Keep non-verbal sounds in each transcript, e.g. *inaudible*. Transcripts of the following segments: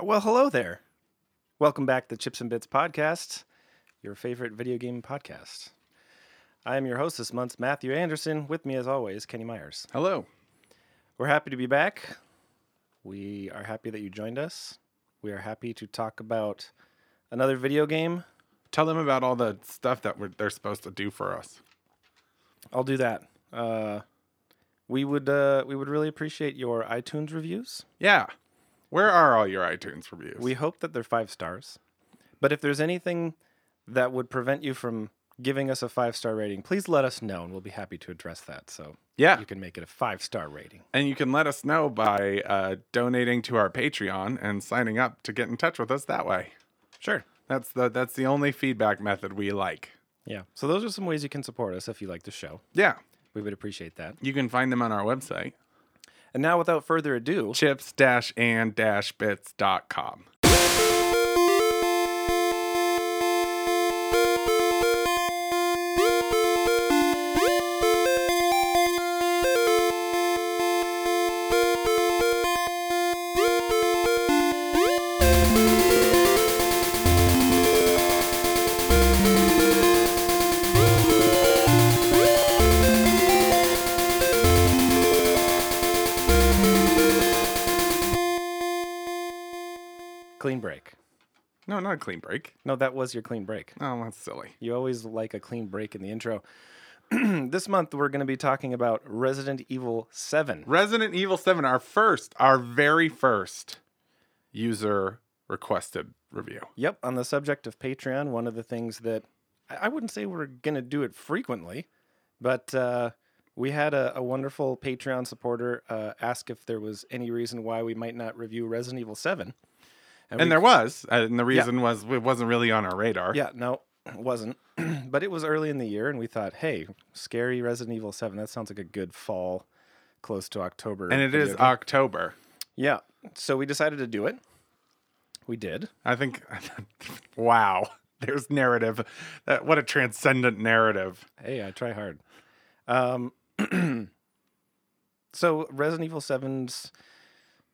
Well, hello there. Welcome back to Chips and Bits Podcast, your favorite video game podcast. I am your host this month, Matthew Anderson. With me, as always, Kenny Myers. Hello. We're happy to be back. We are happy that you joined us. We are happy to talk about another video game. Tell them about all the stuff that we're, they're supposed to do for us. I'll do that. Uh, we would uh, we would really appreciate your iTunes reviews. Yeah. Where are all your iTunes reviews? We hope that they're five stars. But if there's anything that would prevent you from giving us a five star rating, please let us know and we'll be happy to address that. So Yeah. you can make it a five star rating. and you can let us know by uh, donating to our Patreon and signing up to get in touch with us that way. Sure. That's the that's the only feedback method we like. Yeah. So those are some ways you can support us if you like the show. Yeah. We would appreciate that. You can find them on our website, And now, without further ado, chips-and-bits.com. clean break. No, not a clean break. No, that was your clean break. Oh, that's silly. You always like a clean break in the intro. *clears throat* this month, we're going to be talking about Resident Evil 7. Resident Evil 7, our first, our very first user requested review. Yep, on the subject of Patreon, one of the things that I I wouldn't say we're going to do it frequently, but uh, we had a, a wonderful Patreon supporter uh, ask if there was any reason why we might not review Resident Evil 7. And there was, uh, and the reason was it wasn't really on our radar. Yeah, no, it wasn't. *clears throat* but it was early in the year, and we thought, hey, scary Resident Evil 7, that sounds like a good fall, close to October. and it video is game. October. Yeah, so we decided to do it. We did. I think. *laughs* wow, *laughs* there's narrative. That, what a transcendent narrative. Hey, I try hard. Um, *clears throat* so Resident Evil 7's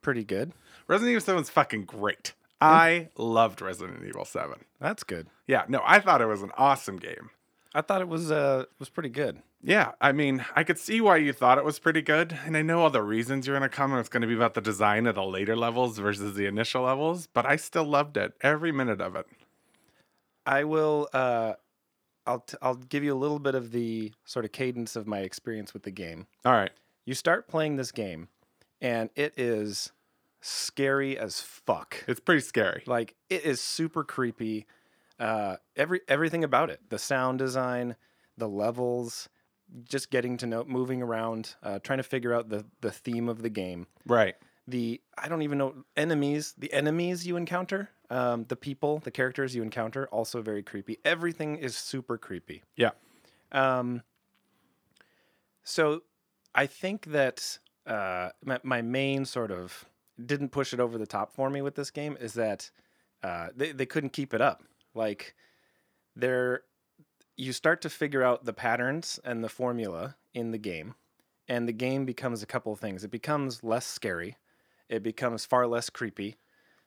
pretty good. Resident Evil Seven's fucking great. I loved Resident Evil Seven. That's good. Yeah, no, I thought it was an awesome game. I thought it was uh was pretty good. Yeah, I mean, I could see why you thought it was pretty good, and I know all the reasons you're gonna come. and It's gonna be about the design of the later levels versus the initial levels, but I still loved it every minute of it. I will uh I'll t- I'll give you a little bit of the sort of cadence of my experience with the game. All right, You start playing this game and it is scary as fuck. it's pretty scary. Like it is super creepy. Uh, every everything about it, the sound design, the levels, just getting to know, moving around, uh, trying to figure out the the theme of the game. Right. The I don't even know enemies. The enemies you encounter, um, the people, the characters you encounter, also very creepy. Everything is super creepy. Yeah. Um, so I think that uh, my, my main sort of didn't push it over the top for me with this game is that uh, they, they couldn't keep it up. Like, there, you start to figure out the patterns and the formula in the game, and the game becomes a couple of things. It becomes less scary, it becomes far less creepy.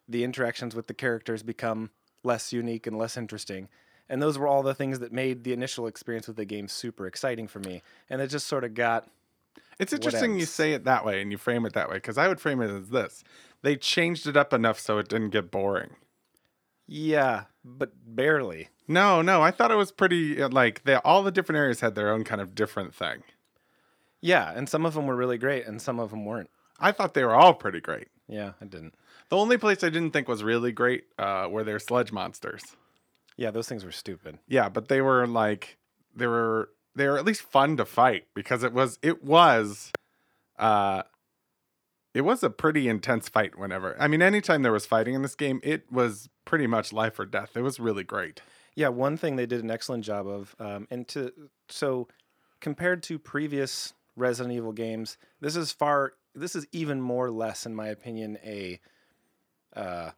The interactions with the characters become less unique and less interesting. And those were all the things that made the initial experience with the game super exciting for me. And it just sort of got It's interesting you else? say it that way and you frame it that way because I would frame it as this: they changed it up enough so it didn't get boring. Yeah, but barely. No, no, I thought it was pretty uh, like they, all the different areas had their own kind of different thing. Yeah, and some of them were really great, and some of them weren't. I thought they were all pretty great. Yeah, I didn't. The only place I didn't think was really great uh, were their sledge monsters. Yeah, those things were stupid. Yeah, but they were like they were they were at least fun to fight because it was it was uh it was a pretty intense fight whenever. I mean anytime there was fighting in this game, it was pretty much life or death. It was really great. Yeah, one thing they did an excellent job of, um, and to so compared to previous Resident Evil games, this is far this is even more less, in my opinion, a uh,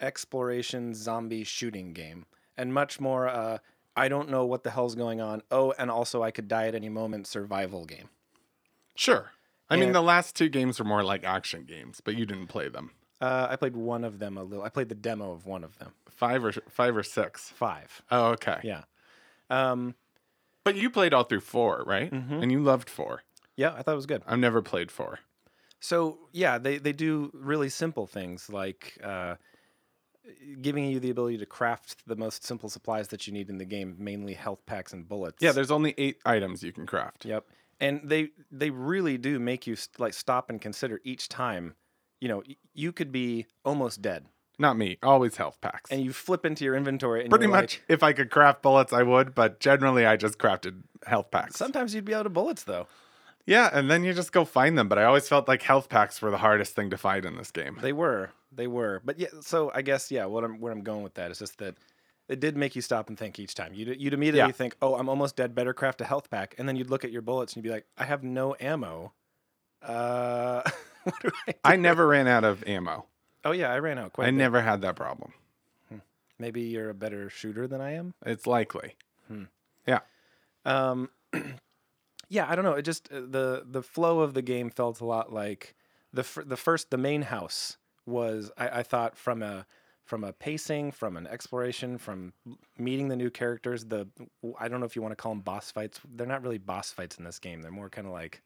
exploration zombie shooting game, and much more. Uh, I don't know what the hell's going on. Oh, and also I could die at any moment. Survival game. Sure. I mean And- the last two games were more like action games, but you didn't play them. Uh, I played one of them a little. I played the demo of one of them. Five or five or six. Five. Oh, okay. Yeah. Um, But you played all through four, right? Mhm. And you loved four. yeah, I thought it was good. I've never played four. So yeah, they they do really simple things like uh, giving you the ability to craft the most simple supplies that you need in the game, mainly health packs and bullets. Yeah, there's only eight items you can craft. Yep. And they they really do make you st- like stop and consider each time. You know, y- you could be almost dead, Not me. Always health packs. and you flip into your inventory, and Pretty you're much, like- if I could craft bullets, I would. But generally, I just crafted health packs. sometimes you'd be out of bullets though. yeah, and then you just go find them. But I always felt like health packs were the hardest thing to find in this game. They were, they were. But yeah, so I guess yeah, what I'm where I'm going with that is just that it did make you stop and think each time. You'd you'd immediately Yeah. think, oh, I'm almost dead. Better craft a health pack, and then you'd look at your bullets and you'd be like, I have no ammo. Uh, *laughs* what do I? *laughs* I never ran out of ammo. Oh yeah, I ran out quite. I a bit. never had that problem. Maybe you're a better shooter than I am. It's likely. Um, *clears throat* yeah, I don't know. It just uh, the the flow of the game felt a lot like the fir- the first the main house was. I, I thought from a from a pacing, from an exploration, from meeting the new characters. The I don't know if you want to call them boss fights. They're not really boss fights in this game. They're more kind of like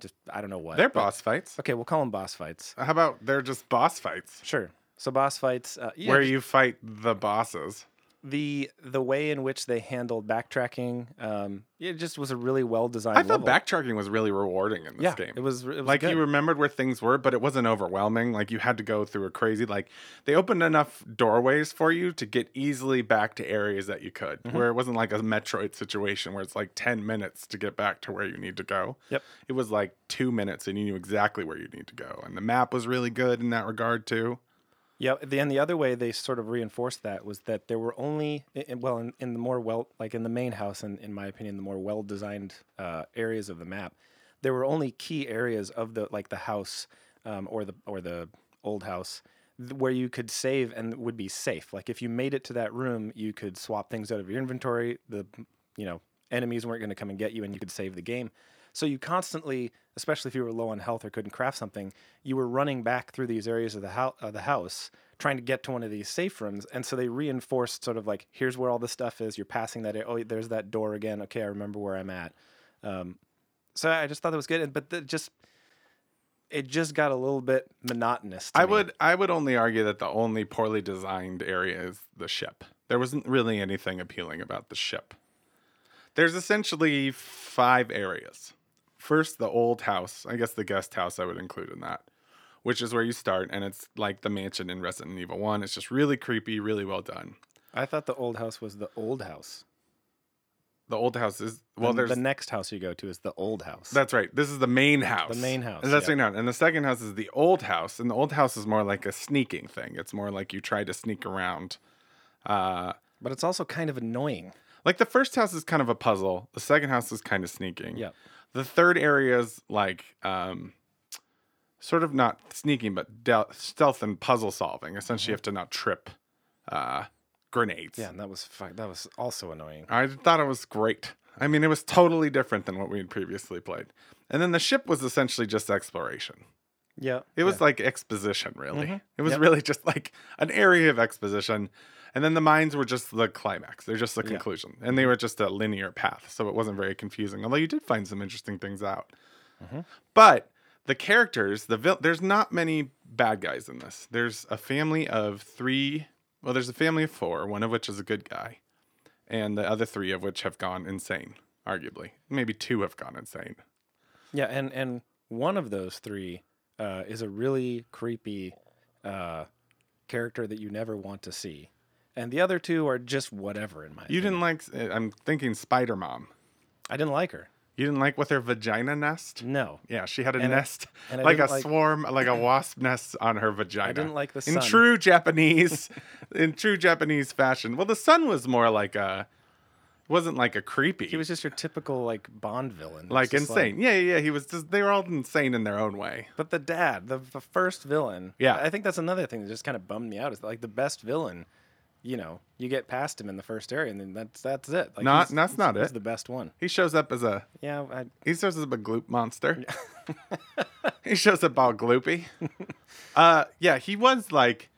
just I don't know what. They're but- boss fights. Okay, we'll call them boss fights. How about they're just boss fights Sure. So boss fights. Uh, yeah, where just you fight the bosses? the the way in which they handled backtracking, um, it just was a really well designed. I thought level. backtracking was really rewarding in this yeah, game. It was, it was like good. you remembered where things were, but it wasn't overwhelming. Like you had to go through a crazy like they opened enough doorways for you to get easily back to areas that you could, Mm-hmm. where it wasn't like a Metroid situation where it's like ten minutes to get back to where you need to go. Yep. It was like two minutes and you knew exactly where you need to go. And the map was really good in that regard too. Yeah, the, and the other way they sort of reinforced that was that there were only, i- i- well, in, in the more well, like in the main house, and in my opinion, the more well designed uh, areas of the map, there were only key areas of the like the house um, or the or the old house th- where you could save and would be safe. Like if you made it to that room, you could swap things out of your inventory. The you know enemies weren't going to come and get you, and you could save the game. So you constantly, especially if you were low on health or couldn't craft something, you were running back through these areas of the, hou- of the house trying to get to one of these safe rooms. And so they reinforced sort of like, here's where all the stuff is. You're passing that. Oh, there's that door again. Okay, I remember where I'm at. Um, so I just thought that was good. And But the, just it just got a little bit monotonous. to I me. would I would only argue that the only poorly designed area is the ship. There wasn't really anything appealing about the ship. There's essentially five areas. First, the old house. I guess the guest house I would include in that, which is where you start, and it's like the mansion in Resident Evil One. It's just really creepy, really well done. I thought the old house was the old house. The old house is well. Well, There's the next house you go to is the old house. That's right. This is the main house. main house, And that's yeah. right now. And the second house is the old house. And the old house is more like a sneaking thing. It's more like you try to sneak around. Uh, but it's also kind of annoying. like the first house is kind of a puzzle. The second house is kind of sneaking. Yeah. The third area is like um, sort of not sneaking, but del- stealth and puzzle solving. Essentially, you have to not trip uh, grenades. Mm-hmm. Yeah, and that was fi- that was also annoying. I thought it was great. I mean, it was totally different than what we had previously played. And then the ship was essentially just exploration. Yeah, It was like exposition, really. Mhm. It was Yep. really just like an area of exposition. And then the mines were just the climax. They're just the conclusion. And Mm-hmm. they were just a linear path. So it wasn't very confusing, although you did find some interesting things out. Mm-hmm. But the characters, the vil- there's not many bad guys in this. There's a family of three. Well, there's a family of four, one of which is a good guy, and the other three of which have gone insane, arguably. Maybe two have gone insane. Yeah, and and one of those three uh, is a really creepy uh, character that you never want to see, and the other two are just whatever in my. You opinion. didn't like, eh, I'm thinking Spider Mom. I didn't like her. You didn't like with her vagina nest? No, Yeah, she had a And I- nest, and I like a didn't like- swarm, *clears throat* like a wasp nest on her vagina. didn't like the In sun. true *laughs* Japanese, in true Japanese fashion. Well, the sun was more like a, wasn't like a creepy. he was just your typical like Bond villain. It's like just insane. yeah, yeah, yeah. He was just. They were all insane in their own way. but the dad, the, the first villain. Yeah. I think that's another thing that just kind of bummed me out. Is that, like the best villain you know, you get past him in the first area, and then that's that's it. Like Not- he's- that's he's- not he's it. The best one. He shows up as a Yeah, I, he shows up a gloop monster. *laughs* he shows up all gloopy. uh yeah, he was like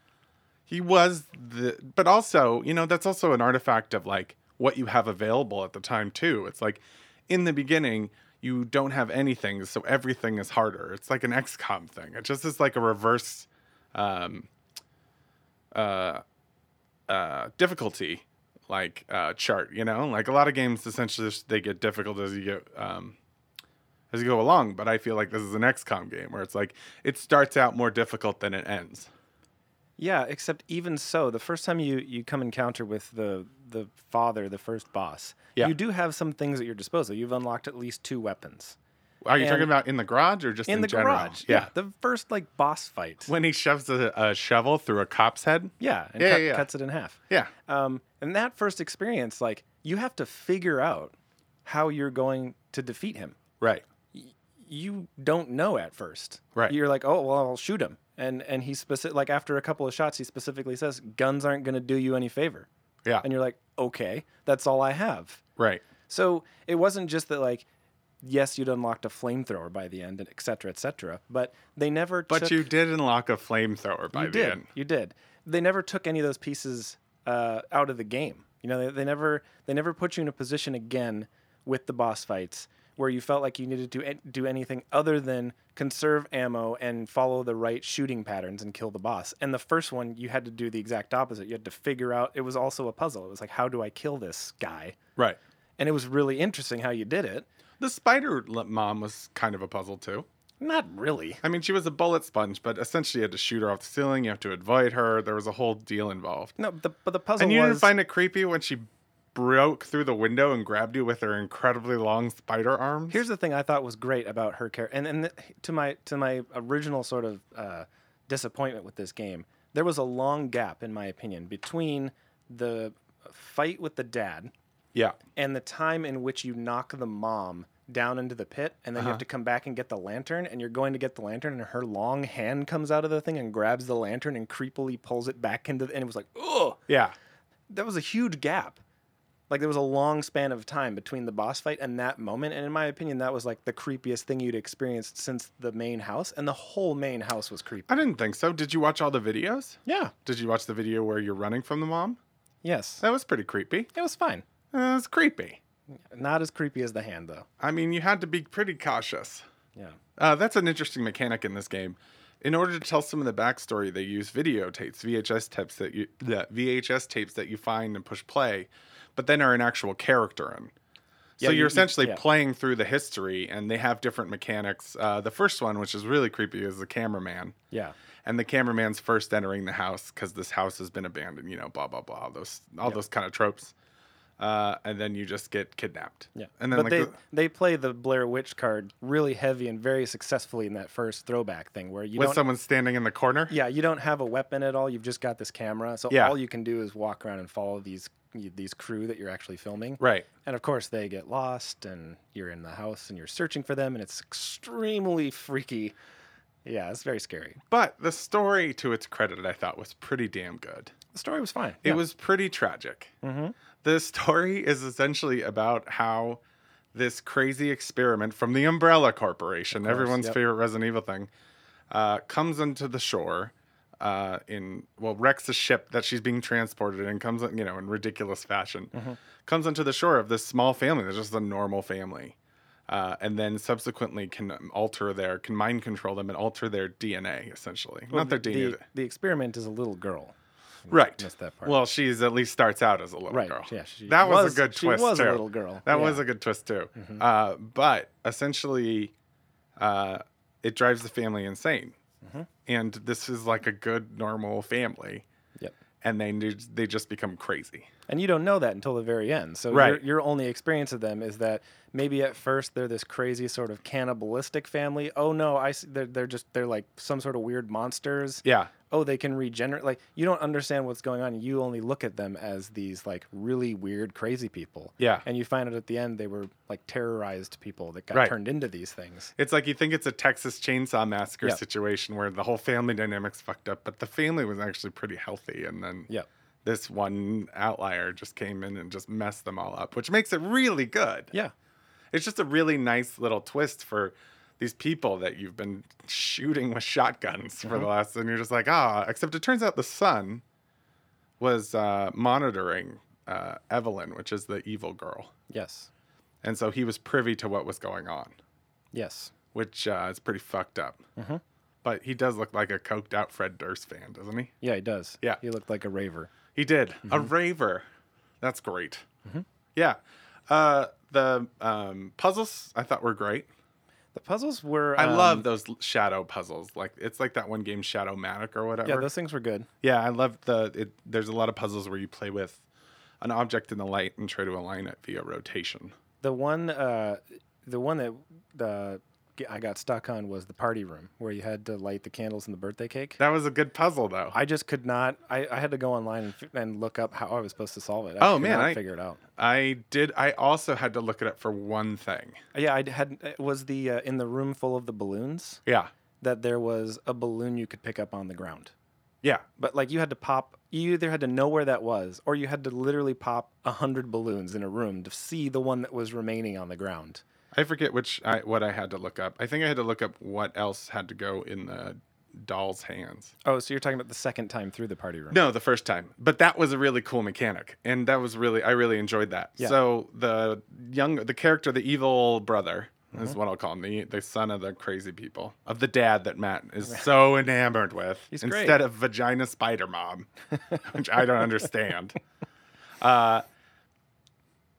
he was the but also, you know, that's also an artifact of like what you have available at the time too. It's like in the beginning you don't have anything, so everything is harder. It's like an XCOM thing. It just is like a reverse um uh uh, difficulty like uh, chart. You know, like a lot of games essentially just- they get difficult as you get um, as you go along. But I feel like this is an XCOM game where it's like it starts out more difficult than it ends. yeah. Except even so, the first time you you come encounter with the the father, the first boss, Yeah. you do have some things at your disposal. You've unlocked at least two weapons Are you And- talking about in the garage or just in, in, the general? garage. Yeah. the first like boss fight. When he shoves a, a shovel through a cop's head. yeah, and Yeah, cut- yeah, yeah. cuts it in half. Yeah. Um, and that first experience, like you have to figure out how you're going to defeat him. Right. you don't know at first. Right. You're like, oh well, I'll shoot him, and and he specific like after a couple of shots, he specifically says, guns aren't going to do you any favor, Yeah. and you're like, okay, that's all I have. Right. So it wasn't just that like, yes, you'd unlocked a flamethrower by the end, and et cetera, et cetera, but they never. But took, you did unlock a flamethrower by you the did, end. you did. They never took any of those pieces uh, out of the game. You know, they, they never they never put you in a position again with the boss fights where you felt like you needed to an- do anything other than conserve ammo and follow the right shooting patterns and kill the boss. And the first one, you had to do the exact opposite. You had to figure out. It was also a puzzle. It was like, how do I kill this guy? Right. And it was really interesting how you did it. The spider l- mom was kind of a puzzle too. Not really. I mean, she was a bullet sponge, but essentially you had to shoot her off the ceiling. You have to avoid her. There was a whole deal involved. No, the, but the puzzle And you was didn't find it creepy when she broke through the window and grabbed you with her incredibly long spider arms? Here's the thing I thought was great about her character, and and th- to my to my original sort of uh, disappointment with this game, there was a long gap, in my opinion, between the fight with the dad yeah, and the time in which you knock the mom down into the pit, and then you have to come back and get the lantern, and you're going to get the lantern, and her long hand comes out of the thing and grabs the lantern and creepily pulls it back into, the, and it was like, oh, yeah, that was a huge gap. Like there was a long span of time between the boss fight and that moment, and in my opinion, that was like the creepiest thing you'd experienced since the main house, and the whole main house was creepy. I didn't think so. Did you watch all the videos? Yeah. Did you watch the video where you're running from the mom? Yes. That was pretty creepy. It was fine. That was creepy. Not as creepy as the hand though. I mean, you had to be pretty cautious. Yeah. Uh, that's an interesting mechanic in this game. In order to tell some of the backstory, they use videotapes, VHS tapes that you the VHS tapes that you find and push play, but then are an actual character in. Yeah, so you- you're you- essentially yeah. playing through the history, and they have different mechanics. Uh, the first one, which is really creepy, is the cameraman, Yeah. and the cameraman's first entering the house because this house has been abandoned. You know, blah blah blah. Those all those kind of tropes, uh, and then you just get kidnapped. Yeah. and then but like they the- they play the Blair Witch card really heavy and very successfully in that first throwback thing where you with don't someone standing in the corner. yeah you don't have a weapon at all. You've just got this camera, so Yeah. all you can do is walk around and follow these these crew that you're actually filming. Right. And of course, they get lost, and you're in the house and you're searching for them, and it's extremely freaky. Yeah, it's very scary. But the story, to its credit, I thought was pretty damn good. The story was fine. It was pretty tragic. Mm-hmm. The story is essentially about how this crazy experiment from the Umbrella Corporation, everyone's yep. favorite Resident Evil thing, uh, comes onto the shore. Uh, in well, wrecks a ship that she's being transported in, comes you know in ridiculous fashion, Mm-hmm. comes onto the shore of this small family that's just a normal family, uh, and then subsequently can alter their can mind control them and alter their DNA essentially, not their DNA, The, the experiment is a little girl. Right. Missed that part. Well, she's at least starts out as a little Right, girl. yeah, she that was, was- a good she twist. was a too. little girl, That was yeah. Mm-hmm. a good twist too. Uh, but essentially, uh, it drives the family insane. Mm-hmm. And this is like a good normal family, Yep. and they need- they just become crazy. And you don't know that until the very end. So your, Right. your only experience of them is that maybe at first they're this crazy sort of cannibalistic family. Oh no, I see, they're, they're just they're like some sort of weird monsters. Yeah. Oh, they can regenerate. Like you don't understand what's going on. You only look at them as these like really weird, crazy people. Yeah. And you find out at the end they were like terrorized people that got Right. turned into these things. It's like you think it's a Texas chainsaw massacre Yeah. situation where the whole family dynamic's fucked up, but the family was actually pretty healthy, and then Yep. this one outlier just came in and just messed them all up, which makes it really good. Yeah. It's just a really nice little twist for these people that you've been shooting with shotguns for Mm-hmm. the last, and you're just like, ah, except it turns out the son was uh, monitoring uh, Evelyn, which is the evil girl. Yes. And so he was privy to what was going on, Yes. which uh, is pretty fucked up. Mm-hmm. But he does look like a coked out Fred Durst fan, doesn't he? Yeah, he does. Yeah. He looked like a raver. He did. A Mm-hmm. raver. That's great. Yeah. Uh, the um, puzzles I thought were great. The puzzles were. I um, love those l- shadow puzzles. Like it's like that one game Shadow Matic or whatever. Yeah, those things were good. Yeah, I love the. It, there's a lot of puzzles where you play with an object in the light and try to align it via rotation. The one, uh, the one that the I got stuck on was the party room where you had to light the candles and the birthday cake. That was a good puzzle though. I just could not. I, I had to go online and, f- and look up how I was supposed to solve it. I Oh, could man, not I- figure it out. I did. I also had to look it up for one thing. Yeah, I had it was the uh, in the room full of the balloons Yeah. that there was a balloon you could pick up on the ground. Yeah. But like you had to pop, you either had to know where that was, or you had to literally pop a hundred balloons in a room to see the one that was remaining on the ground. I forget which I, what I had to look up. I think I had to look up what else had to go in the doll's hands. Oh, so you're talking about the second time through the party room? No, the first time. But that was a really cool mechanic, and that was really I really enjoyed that. Yeah. So the young the character, the evil brother, is Mm-hmm. what I'll call him, the the son of the crazy people of the dad that Matt is so enamored with. He's great. instead of vagina *laughs* spider mom, which I don't understand. Uh,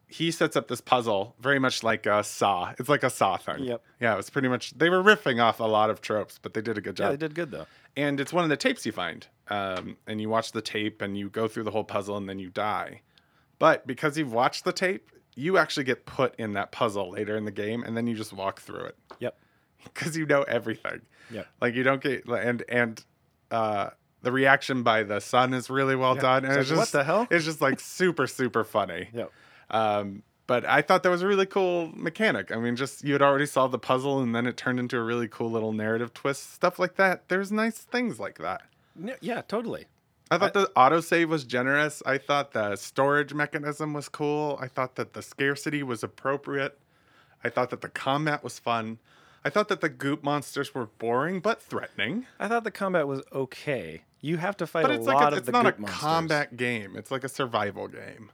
he sets up this puzzle very much like a saw. It's like a saw thing. Yep. Yeah, it was pretty much they were riffing off a lot of tropes, but they did a good job Yeah, they did good though. and it's one of the tapes you find um, and you watch the tape and you go through the whole puzzle and then you die but because you've watched the tape you actually get put in that puzzle later in the game and then you just walk through it *laughs* Yep. because you know everything Yep. like you don't get and and uh the reaction by the son is really well done and It's it's like, "What just the hell?" it's just like super super funny Yep. um but I thought that was a really cool mechanic. I mean, just you had already solved the puzzle and then it turned into a really cool little narrative twist, stuff like that. There's nice things like that. N- Yeah, totally. I thought the autosave was generous. I thought the storage mechanism was cool. I thought that the scarcity was appropriate. I thought that the combat was fun. I thought that the goop monsters were boring but threatening. I thought the combat was okay. You have to fight But a it's lot like a, of it's the not a goop monsters. combat game. It's like a survival game.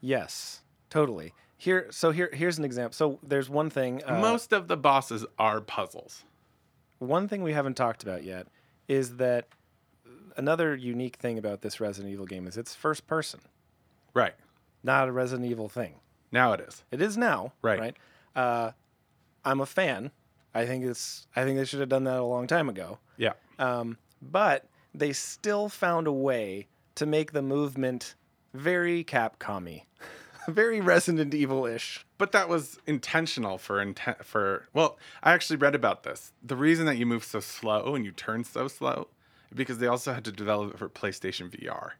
Yes, totally. Here, so here, here's an example. So there's one thing. Uh, Most of the bosses are puzzles. one thing we haven't talked about yet is that another unique thing about this Resident Evil game is it's first person, Right. not a Resident Evil thing. Now it is. It is now, Right. Right. Uh, I'm a fan. I think it's. I think they should have done that a long time ago. Yeah. Um, but they still found a way to make the movement very Capcom-y, *laughs* very Resident Evil-ish. But that was intentional for intent for well, I actually read about this. The reason that you move so slow and you turn so slow is because they also had to develop it for PlayStation VR.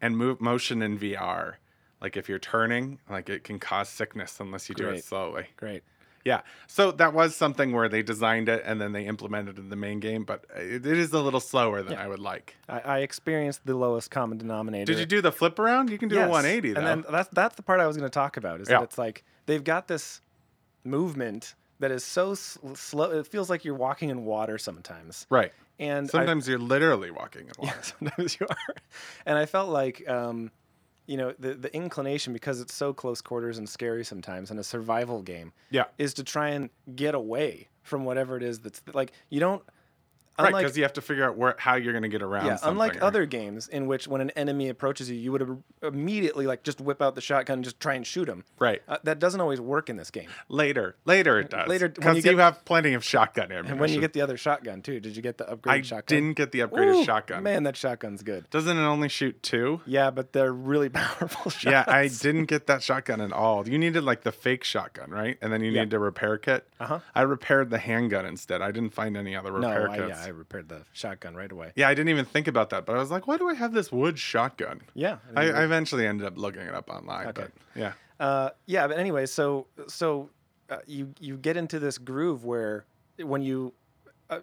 And move motion in VR, like if you're turning, like it can cause sickness unless you do it Great. slowly. Great. Yeah. So that was something where they designed it and then they implemented it in the main game, but it, it is a little slower than I would like. I, I experienced the lowest common denominator. Did you do the flip around? You can do Yes. a 180 though. And then that's that's the part I was going to talk about. Is Yeah. that it's like they've got this movement that is so sl- slow. It feels like you're walking in water sometimes. right. And I- Sometimes you're literally walking in water. *laughs* sometimes you are. *laughs* And I felt like, um, you know, the the inclination because it's so close quarters and scary sometimes in a survival game Yeah. is to try and get away from whatever it is that's like you don't. Right, unlike- because you have to figure out where how you're going to get around. Yeah, something, unlike right? other games in which when an enemy approaches you, you would im- immediately like just whip out the shotgun and just try and shoot him. Right. Uh, that doesn't always work in this game. Later, later it does. Later, when because you you, get- have plenty of shotgun ammunition. And when you get the other shotgun too, did you get the upgraded I shotgun? didn't get the upgraded Ooh, shotgun. Man, that shotgun's good. Doesn't it only *laughs* shoot two? Yeah, but they're really *laughs* powerful shots. Yeah, I didn't get that shotgun at all. You needed like the fake shotgun, right? And then you needed a repair kit. Uh-huh. I repaired the handgun instead. I didn't find any other no, repair I, kits. yeah, I repaired the shotgun right away. Yeah, I didn't even think about that, but I was like, why do I have this wood shotgun? Yeah. I, I eventually ended up looking it up online, but yeah. uh, yeah, but anyway, so so uh, you you get into this groove where when you uh,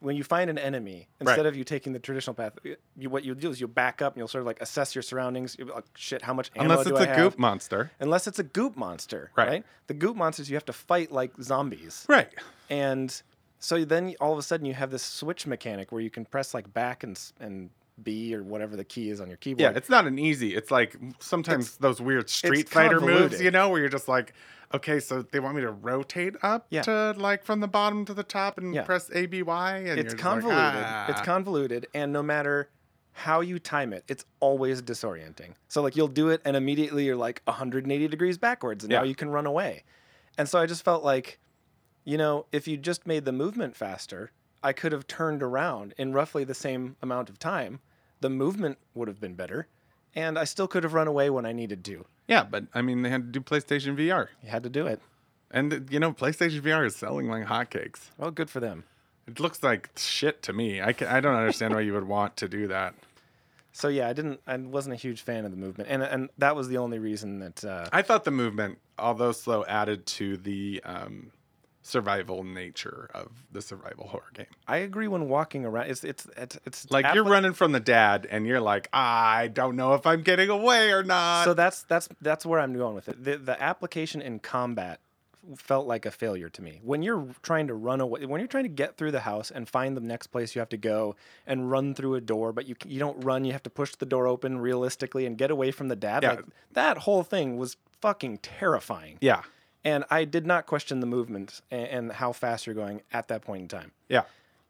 when you find an enemy, instead Right. of you taking the traditional path, you, what you'll do is you'll back up and you'll sort of like assess your surroundings. You'll be like, shit, how much ammo Unless do it's I a have? goop monster. Unless it's a goop monster, Right. The goop monsters you have to fight like zombies, Right. and so then all of a sudden you have this switch mechanic where you can press like back and s- and B or whatever the key is on your keyboard. Yeah, it's not an easy. It's like sometimes those weird Street Fighter moves, convoluted. you know, where you're just like, okay, so they want me to rotate up Yeah. to like from the bottom to the top and Yeah. press A B Y, and it's you're just convoluted. Like, ah. It's convoluted, and no matter how you time it, it's always disorienting. So like you'll do it, and immediately you're like 180 degrees backwards, and now Yeah. you can run away. And so I just felt like, you know, if you just made the movement faster, I could have turned around in roughly the same amount of time. The movement would have been better, and I still could have run away when I needed to. yeah, but I mean, they had to do PlayStation VR, You had to do it. and uh, you know, PlayStation VR is selling like hotcakes. Well, good for them. It looks like shit to me. I can, I don't understand why you would want to do that. So yeah, I didn't. I wasn't a huge fan of the movement, and and that was the only reason that. Uh, I thought the movement, although slow, added to the um, survival nature of the survival horror game. I agree when walking around. It's it's it's, it's Like you're appli- running from the dad, and you're like, I don't know if I'm getting away or not. So that's that's that's where I'm going with it. The the application in combat felt like a failure to me. When you're trying to run away, when you're trying to get through the house and find the next place you have to go and run through a door, but you c- you don't run, you have to push the door open realistically and get away from the dad. Yeah. Like that whole thing was fucking terrifying. yeah, And I did not question the movement and, and how fast you're going at that point in time. yeah.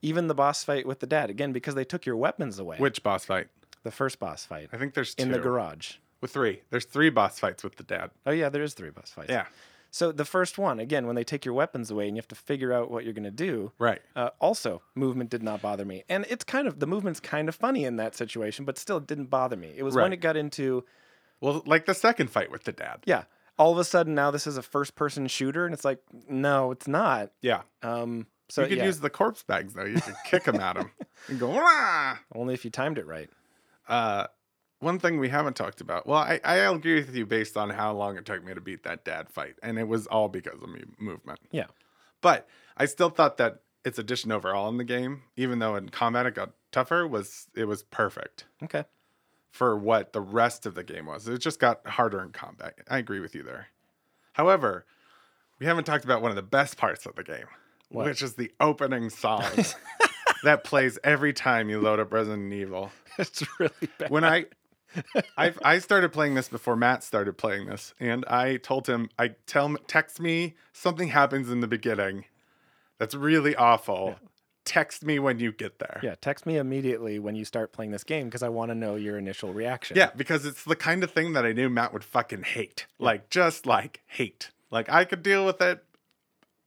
Even the boss fight with the dad again because they took your weapons away. Which boss fight? the first boss fight. I think there's two. in the garage. With three, there's three boss fights with the dad. Oh yeah, there is three boss fights. Yeah, So the first one, again, when they take your weapons away and you have to figure out what you're going to do. right. Uh, also, movement did not bother me, and it's kind of the movement's kind of funny in that situation, but still it didn't bother me. It was when Right. it got into Well, like the second fight with the dad. yeah, all of a sudden now this is a first-person shooter, and it's like no, it's not. Yeah. Um, so you could yeah, use the corpse bags though. You could kick them at him *laughs* and go. "Rah!" only if you timed it right. Uh, one thing we haven't talked about. Well, I, I agree with you based on how long it took me to beat that dad fight, and it was all because of me movement. Yeah. But I still thought that its addition overall in the game, even though in combat it got tougher, was it was perfect *laughs* Okay. for what the rest of the game was. It just got harder in combat. I agree with you there. However, we haven't talked about one of the best parts of the game, What? which is the *laughs* opening song that plays every time you load up Resident Evil it's really bad. when I, I I started playing this before Matt started playing this, and I told him, I tell him, text me something happens in the beginning, that's really awful. Text me when you get there. Yeah, text me immediately when you start playing this game because I want to know your initial reaction. Yeah, because it's the kind of thing that I knew Matt would fucking hate. Like just like hate. Like I could deal with it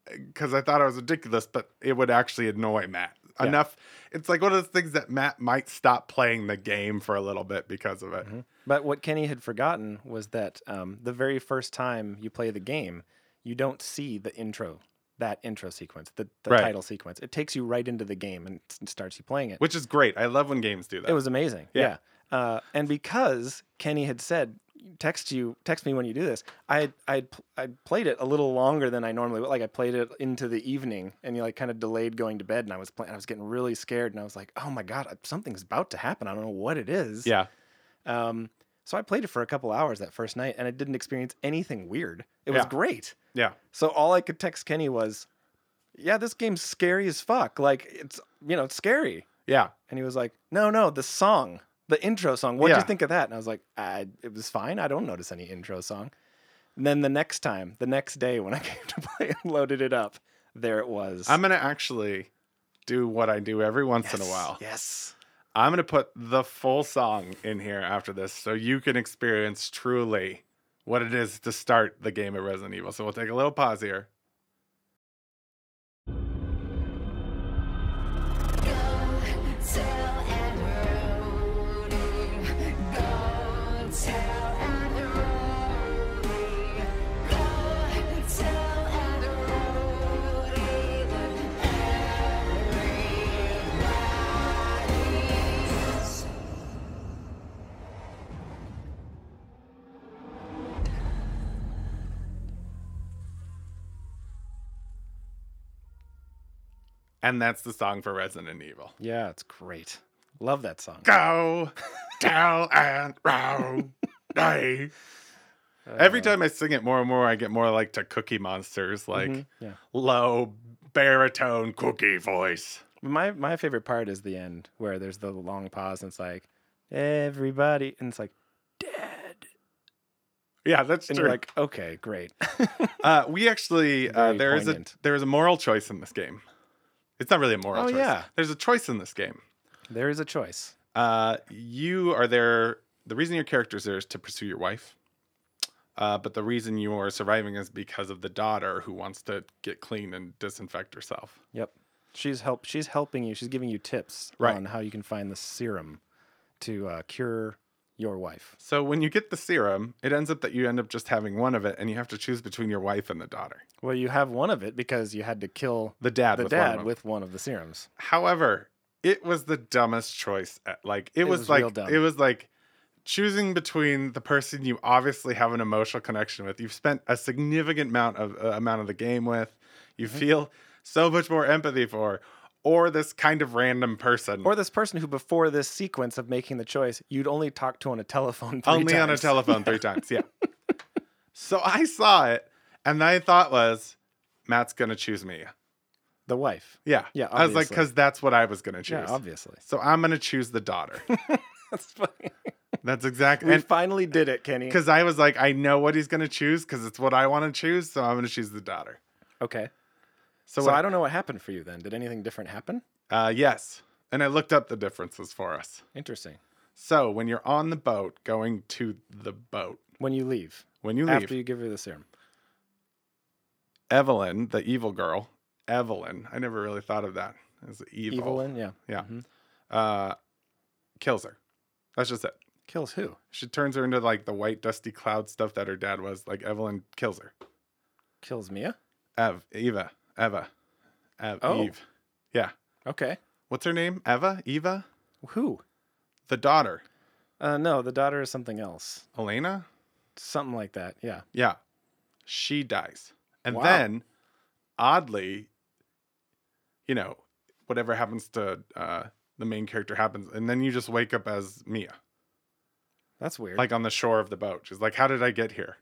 because I thought I was ridiculous, but it would actually annoy Matt Yeah. enough. It's like one of those things that Matt might stop playing the game for a little bit because of it. But what Kenny had forgotten was that um, the very first time you play the game, you don't see the intro, that intro sequence, the, the Right. title sequence. It takes you right into the game and s- starts you playing it. Which is great. I love when games do that. It was amazing. Yeah. Yeah. Uh, and because Kenny had said, text you, text me when you do this, I had, I had, pl- I played it a little longer than I normally would. Like I played it into the evening and you like kind of delayed going to bed and I was playing, I was getting really scared and I was like, oh my God, something's about to happen. I don't know what it is. Yeah. Um, so I played it for a couple hours that first night, and I didn't experience anything weird. It was Yeah. great. Yeah. So all I could text Kenny was, "Yeah, this game's scary as fuck. Like it's you know it's scary." Yeah. And he was like, "No, no, the song, the intro song. What'd Yeah. you think of that?" And I was like, I, "It was fine. I don't notice any intro song." And then the next time, the next day when I *laughs* came to play and loaded it up, there it was. I'm going to actually do what I do every once in a Yes, while. Yes. I'm going to put the full song in here after this so you can experience truly what it is to start the game of Resident Evil. So we'll take a little pause here. and that's the song for Resident Evil. Yeah, it's great. Love that song. *laughs* Go tell and row day. Every Uh, time I sing it more and more, I get more like to Cookie Monsters, like mhm, yeah. low baritone cookie voice. My my favorite part is the end where there's the long pause and it's like everybody and it's like dead. Yeah, that's And true. you're like, okay, great. uh, we actually uh, Very there is a poignant. there is a moral choice in this game. It's not really a moral Oh, choice. yeah. there's a choice in this game. there is a choice. Uh, you are there. The reason your character's there is to pursue your wife. Uh, but the reason you are surviving is because of the daughter who wants to get clean and disinfect herself. Yep. She's help she's helping you. She's giving you tips Right. on how you can find the serum to uh, cure your wife. So when you get the serum, it ends up that you end up just having one of it, and you have to choose between your wife and the daughter. Well, you have one of it because you had to kill The dad. the with one of dad them. with one of the serums. However, it was the dumbest choice. e- Like it, It was, was real like dumb. it was like choosing between the person you obviously have an emotional connection with. You've spent a significant amount of uh, amount of the game with. You Mm-hmm. feel so much more empathy for, or this kind of random person, Or this person who, before this sequence of making the choice, you'd only talk to on a telephone. Three only on a times. telephone *laughs* three times. Yeah. so I saw it, and my thought was, Matt's gonna choose me. The wife. Yeah. Yeah, I was like, obviously. because that's what I was gonna choose. Yeah, *laughs* obviously. so I'm gonna choose the *laughs* daughter. That's funny. That's exactly. We finally did it, Kenny. because I was like, I know what he's gonna choose because it's what I want to choose, so I'm gonna choose the daughter. Okay. So, so when- I don't know what happened for you then. Did anything different happen? uh, yes, and I looked up the differences for us. Interesting. So when you're on the boat going to the boat, When you leave, when you leave, after you give her the serum. Evelyn, the evil girl, Evelyn, I never really thought of that as evil, Evelyn, yeah. yeah, Mhm. uh, kills her. That's just it. Kills who? She turns her into like the white dusty cloud stuff that her dad was. Like Evelyn kills her. Kills Mia? Ev, Eva, Eva, Ev, Oh. Eve. Yeah. Okay. What's her name? Eva? Eva? Who? The daughter. Uh, no, the daughter is something else. Elena? Something like that. Yeah. Yeah. She dies. And Wow. then, oddly, you know, whatever happens to uh, the main character happens. And then you just wake up as Mia, That's weird. like on the shore of the boat. She's like, How did I get here?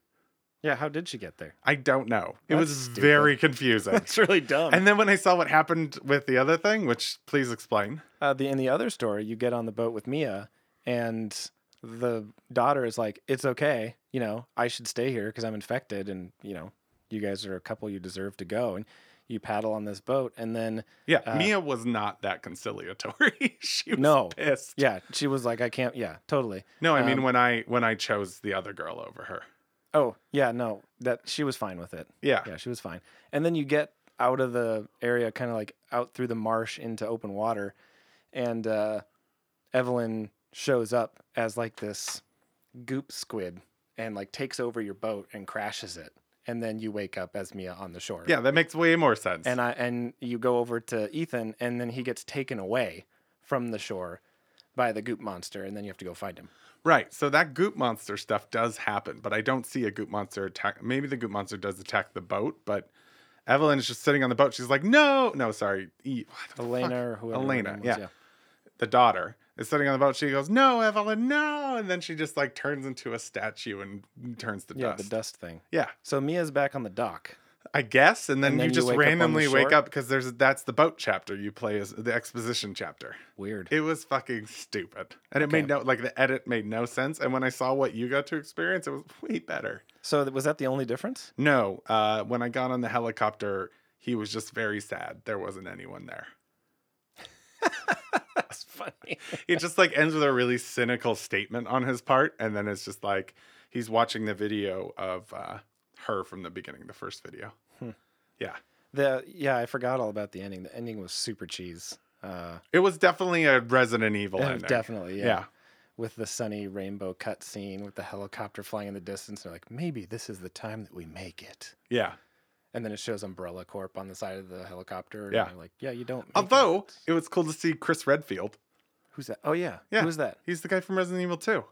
yeah, how did she get there? I don't know. It was That's stupid. very confusing. *laughs* That's really dumb. and then when I saw what happened with the other thing, which please explain. uh, the in the other story, you get on the boat with Mia, and the daughter is like, "It's okay, you know, I should stay here because I'm infected, and you know, you guys are a couple, you deserve to go." And you paddle on this boat, and then Yeah, Uh, Mia was not that conciliatory. *laughs* she was No. pissed. yeah, she was like, "I can't," yeah, totally. No, I mean Um, when I when I chose the other girl over her. Oh yeah, no, that she was fine with it. Yeah. Yeah, she was fine. And then you get out of the area, kind of like out through the marsh into open water, and uh, Evelyn shows up as like this goop squid and like takes over your boat and crashes it, and then you wake up as Mia on the shore. Yeah, that makes way more sense. And I and you go over to Ethan, and then he gets taken away from the shore by the goop monster, and then you have to go find him. right. So that goop monster stuff does happen, but I don't see a goop monster attack. Maybe the goop monster does attack the boat, but Evelyn is just sitting on the boat. She's like, "No, no, sorry, E- what the Elena fuck? or whoever. her Elena, name was, yeah. the daughter." Is sitting on the boat. She goes, "No, Evelyn, no!" And then she just like turns into a statue and turns to yeah, dust. the dust thing. yeah, So Mia's back on the dock. I guess. And then, And then you you just wake up on the randomly wake shore? up because there's that's the boat chapter you play as the exposition chapter. Weird. It was fucking stupid, and it Okay. made no like the edit made no sense. And when I saw what you got to experience, it was way better. So th- was that the only difference? *laughs* No, uh, when I got on the helicopter, he was just very sad. There wasn't anyone there. That's funny. It just like ends with a really cynical statement on his part, and then it's just like he's watching the video of uh, her from the beginning, the first video. Yeah, *laughs* The yeah, I forgot all about the ending. The ending was super cheese. Uh, it was definitely a Resident Evil it was ending. definitely yeah. yeah. With the sunny rainbow cut scene with the helicopter flying in the distance, they're like, maybe this is the time that we make it. Yeah. And then it shows Umbrella Corp on the side of the helicopter. and Yeah. they're like, yeah, you don't. make it." Although it was cool to see Chris Redfield. who's that? Oh yeah, Yeah. Who's that? He's the guy from Resident Evil 2.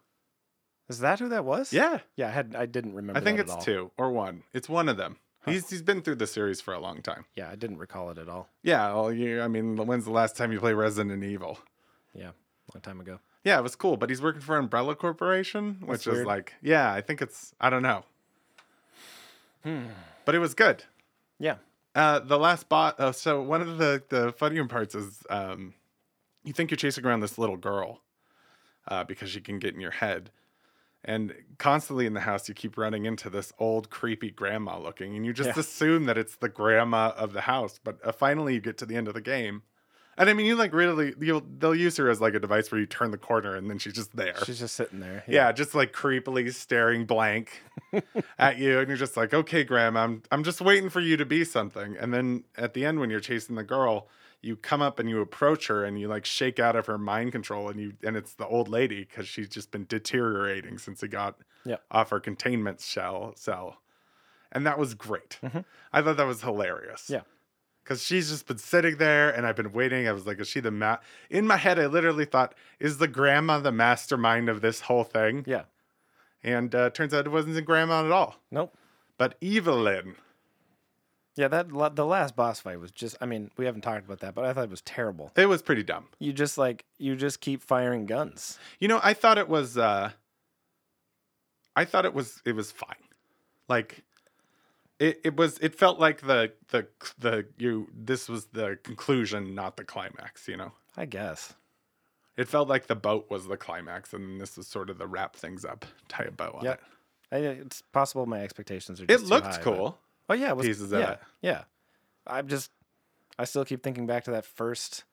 Is that who that was? Yeah. Yeah, I had I didn't remember. I think that at it's all. two or one. It's one of them. He's he's been through the series for a long time. Yeah, I didn't recall it at all. Yeah, well, you, I mean, when's the last time you play Resident Evil? Yeah, long time ago. Yeah, it was cool, but he's working for Umbrella Corporation, which That's is weird. like, yeah, I think it's, I don't know. But it was good. Hmm. Yeah. Uh, the last bot. Uh, so one of the the funnier parts is um, you think you're chasing around this little girl uh, because she can get in your head, and constantly in the house you keep running into this old creepy grandma looking, and you just Yeah. assume that it's the grandma of the house. But uh, finally you get to the end of the game, and I mean you like really you'll they'll use her as like a device where you turn the corner and then she's just there. She's just sitting there. Yeah, just like creepily staring blank *laughs* at you, and you're just like, "Okay, Graham, I'm I'm just waiting for you to be something." And then at the end, when you're chasing the girl, you come up and you approach her, and you like shake out of her mind control, and you and it's the old lady because she's just been deteriorating since he got Yeah. off her containment shell cell, and that was great. I thought that was hilarious. Mm-hmm. Yeah. Cause she's just been sitting there, and I've been waiting. I was like, "Is she the ma?" In my head, I literally thought, "Is the grandma the mastermind of this whole thing?" Yeah. And uh, turns out it wasn't the grandma at all, Nope. but Evelyn. Yeah, that la- the last boss fight was just. I mean, we haven't talked about that, but I thought it was terrible. It was pretty dumb. You just like you just keep firing guns. You know, I thought it was. Uh, I thought it was. It was fine. Like, it, it was. It felt like the the the you. This was the conclusion, not the climax. You know, I guess. it felt like the boat was the climax, and this was sort of the wrap things up, tie a bow on Yep. it. I, it's possible my expectations are. It Just too looked high, but- cool. Oh yeah, it was, Pieces yeah, of it. Yeah, I'm just. I still keep thinking back to that first,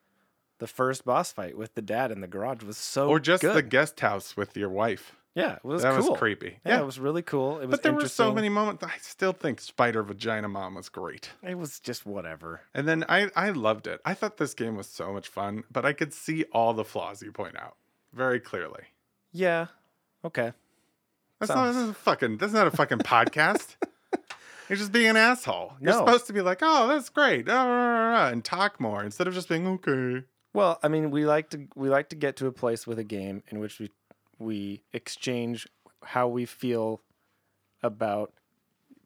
the first boss fight with the dad in the garage was so. or just the good. guest house with your wife. Yeah, it was that cool. was creepy. Yeah, it was really cool. It was. but there were so interesting. many moments. I still think Spider Vagina Mom was great. It was just whatever. And then I, I loved it. I thought this game was so much fun, but I could see all the flaws you point out very clearly. Yeah. Okay. That's not, that's a fucking that's not a *laughs* fucking podcast. You're just being an asshole. You're No. supposed to be like, oh, that's great, ah, rah, rah, rah," and talk more instead of just being okay. Well, I mean, we like to we like to get to a place with a game in which we we exchange how we feel about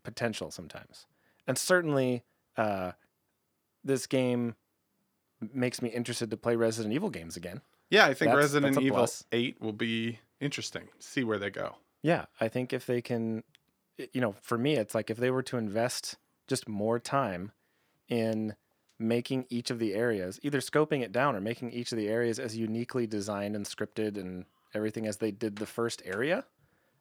potential sometimes, and certainly uh, this game makes me interested to play Resident Evil games again. Yeah, I think That's- Resident that's a Evil plus. Eight will be interesting. See where they go. Yeah, I think if they can, y- you know, for me, it's like if they were to invest just more time in making each of the areas, either scoping it down or making each of the areas as uniquely designed and scripted and everything as they did the first area,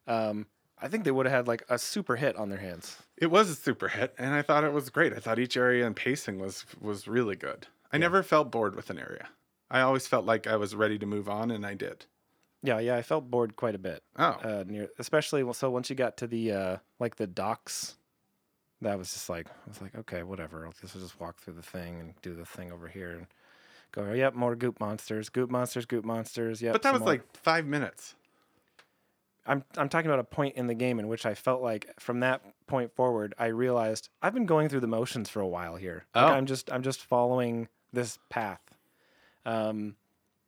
um, I think they would have had like a super hit on their hands. It was a super hit, and I thought it was great. I thought each area and pacing was was really good. I never felt bored with an area. I always felt like I was ready to move on, and I did. Yeah, yeah, I felt bored quite a bit. Oh, Uh, near, especially so once you got to the uh, like the docks, that was just like I was like, okay, whatever. I'll just, I'll just walk through the thing and do the thing over here and go. Yep, more goop monsters, goop monsters, goop monsters. Yep. but that some was more." like five minutes. I'm I'm talking about a point in the game in which I felt like from that point forward, I realized I've been going through the motions for a while here. Like, Oh. I'm just I'm just following this path. Um,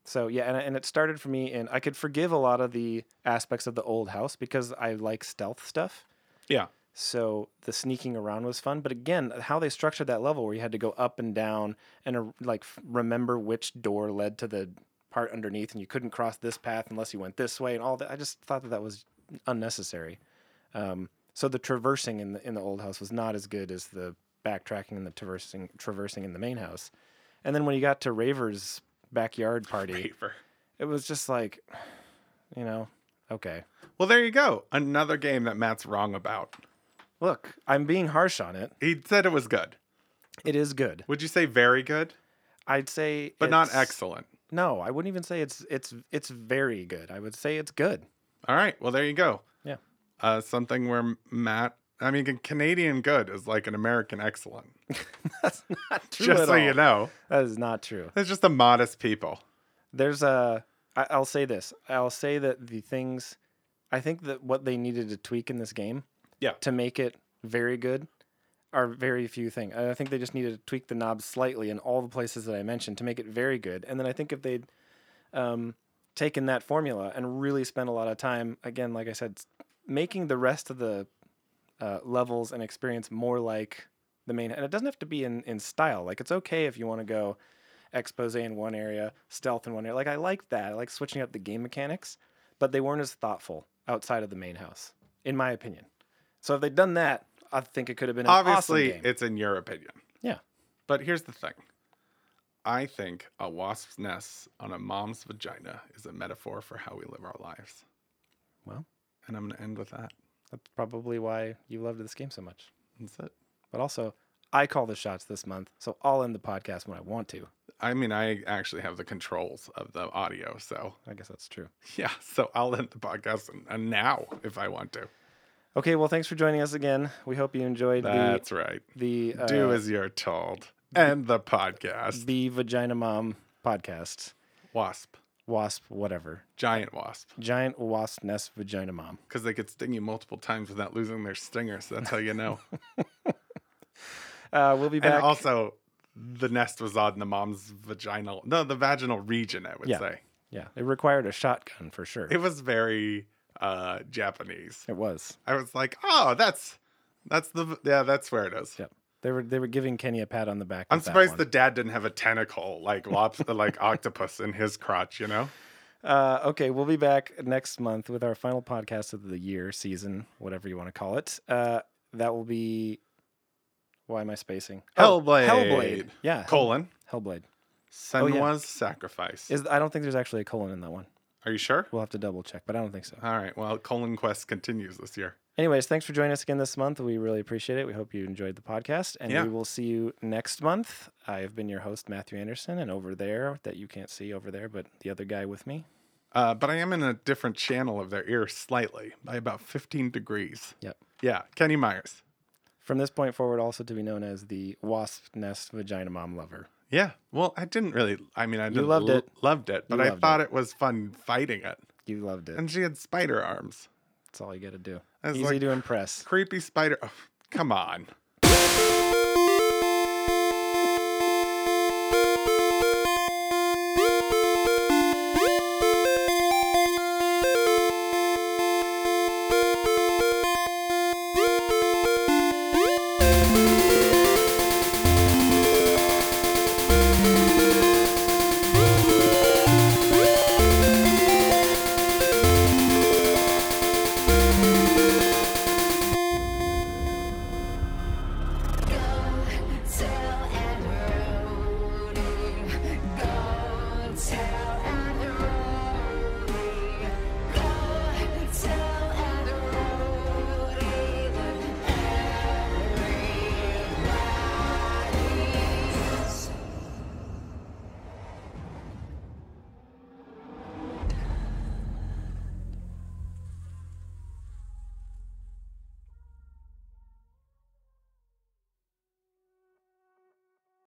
so yeah, and and it started for me, and I could forgive a lot of the aspects of the old house because I like stealth stuff. Yeah. So the sneaking around was fun, but again, how they structured that level where you had to go up and down and uh, like f- remember which door led to the part underneath, and you couldn't cross this path unless you went this way, and all that. I just thought that that was unnecessary. Um, so the traversing in the in the old house was not as good as the backtracking and the traversing traversing in the main house. And then when you got to Raver's backyard party, Paper. it was just like, you know, okay. Well, there you go. Another game that Matt's wrong about. Look, I'm being harsh on it. He said it was good. It is good. Would you say very good, I'd say, but not it's- excellent? No, I wouldn't even say it's it's it's very good. I would say it's good. *laughs* All right. Well, there you go. Yeah. Uh, something where Matt, I mean, a Canadian good is like an American excellent. That's *laughs* not true. Just at so you all. know, that is not true. it's just the modest people. There's a. I, I'll say this. I'll say that the things, I think that what they needed to tweak in this game, Yeah. to make it very good, are very few things. I think they just needed to tweak the knobs slightly in all the places that I mentioned to make it very good. And then I think if they'd um, taken that formula and really spent a lot of time, again, like I said, s- making the rest of the uh, uh, levels and experience more like the main. And it doesn't have to be in in style. Like it's okay if you want to go expose in one area, stealth in one area. Like I like that. I like switching up the game mechanics, but they weren't as thoughtful outside of the main house, in my opinion. So if they'd done that, I think it could have been an Obviously, awesome game. it's in your opinion. Yeah. But here's the thing. I think a wasp's nest on a mom's vagina is a metaphor for how we live our lives. Well. and I'm going to end with that. That's probably why you loved this game so much. That's it. But also, I call the shots this month, so I'll end the podcast when I want to. I mean, I actually have the controls of the audio. So, *laughs* I guess that's true. yeah. So I'll end the podcast and, and now if I want to. Okay, well, thanks for joining us again. We hope you enjoyed That's right. the the uh, Do as you're told. End the podcast. the Vagina Mom podcast. Wasp. Wasp, whatever. Giant wasp. Giant wasp nest vagina mom. Because they could sting you multiple times without losing their stinger. So that's how you know. Uh, we'll be back. And also, the nest was on the mom's vaginal, no, the vaginal region, I would Yeah. say. yeah, it required a shotgun for sure. It was very uh Japanese. It was. I was like, oh, that's that's the yeah, that's where it is. Yep. They were they were giving Kenny a pat on the back. I'm with that surprised one. the dad didn't have a tentacle like lobster, like octopus in his crotch. *laughs* You know, Uh, okay, we'll be back next month with our final podcast of the year, season, whatever you want to call it. Uh, that will be. Why am I spacing? Oh, Hellblade. Hellblade. Yeah. colon Hellblade. Senwa's Oh, yeah. sacrifice. Is I don't think there's actually a colon in that one. Are you sure? We'll have to double check, but I don't think so. All right. Well, colon quest continues this year. Anyways, thanks for joining us again this month. We really appreciate it. We hope you enjoyed the podcast, and Yeah. we will see you next month. I have been your host, Matthew Anderson, and over there that you can't see over there, but the other guy with me. Uh, but I am in a different channel of their ear slightly by about 15 degrees. Yep. Yeah, Kenny Myers. From this point forward, also to be known as the wasp nest vagina mom lover. Yeah. Well, I didn't really. I mean, I didn't loved it. Loved it, but You I loved thought it. was fun fighting it. You loved it. And she had spider arms. That's all you got to do. I was Easy like- to impress. Creepy spider. Oh, come on.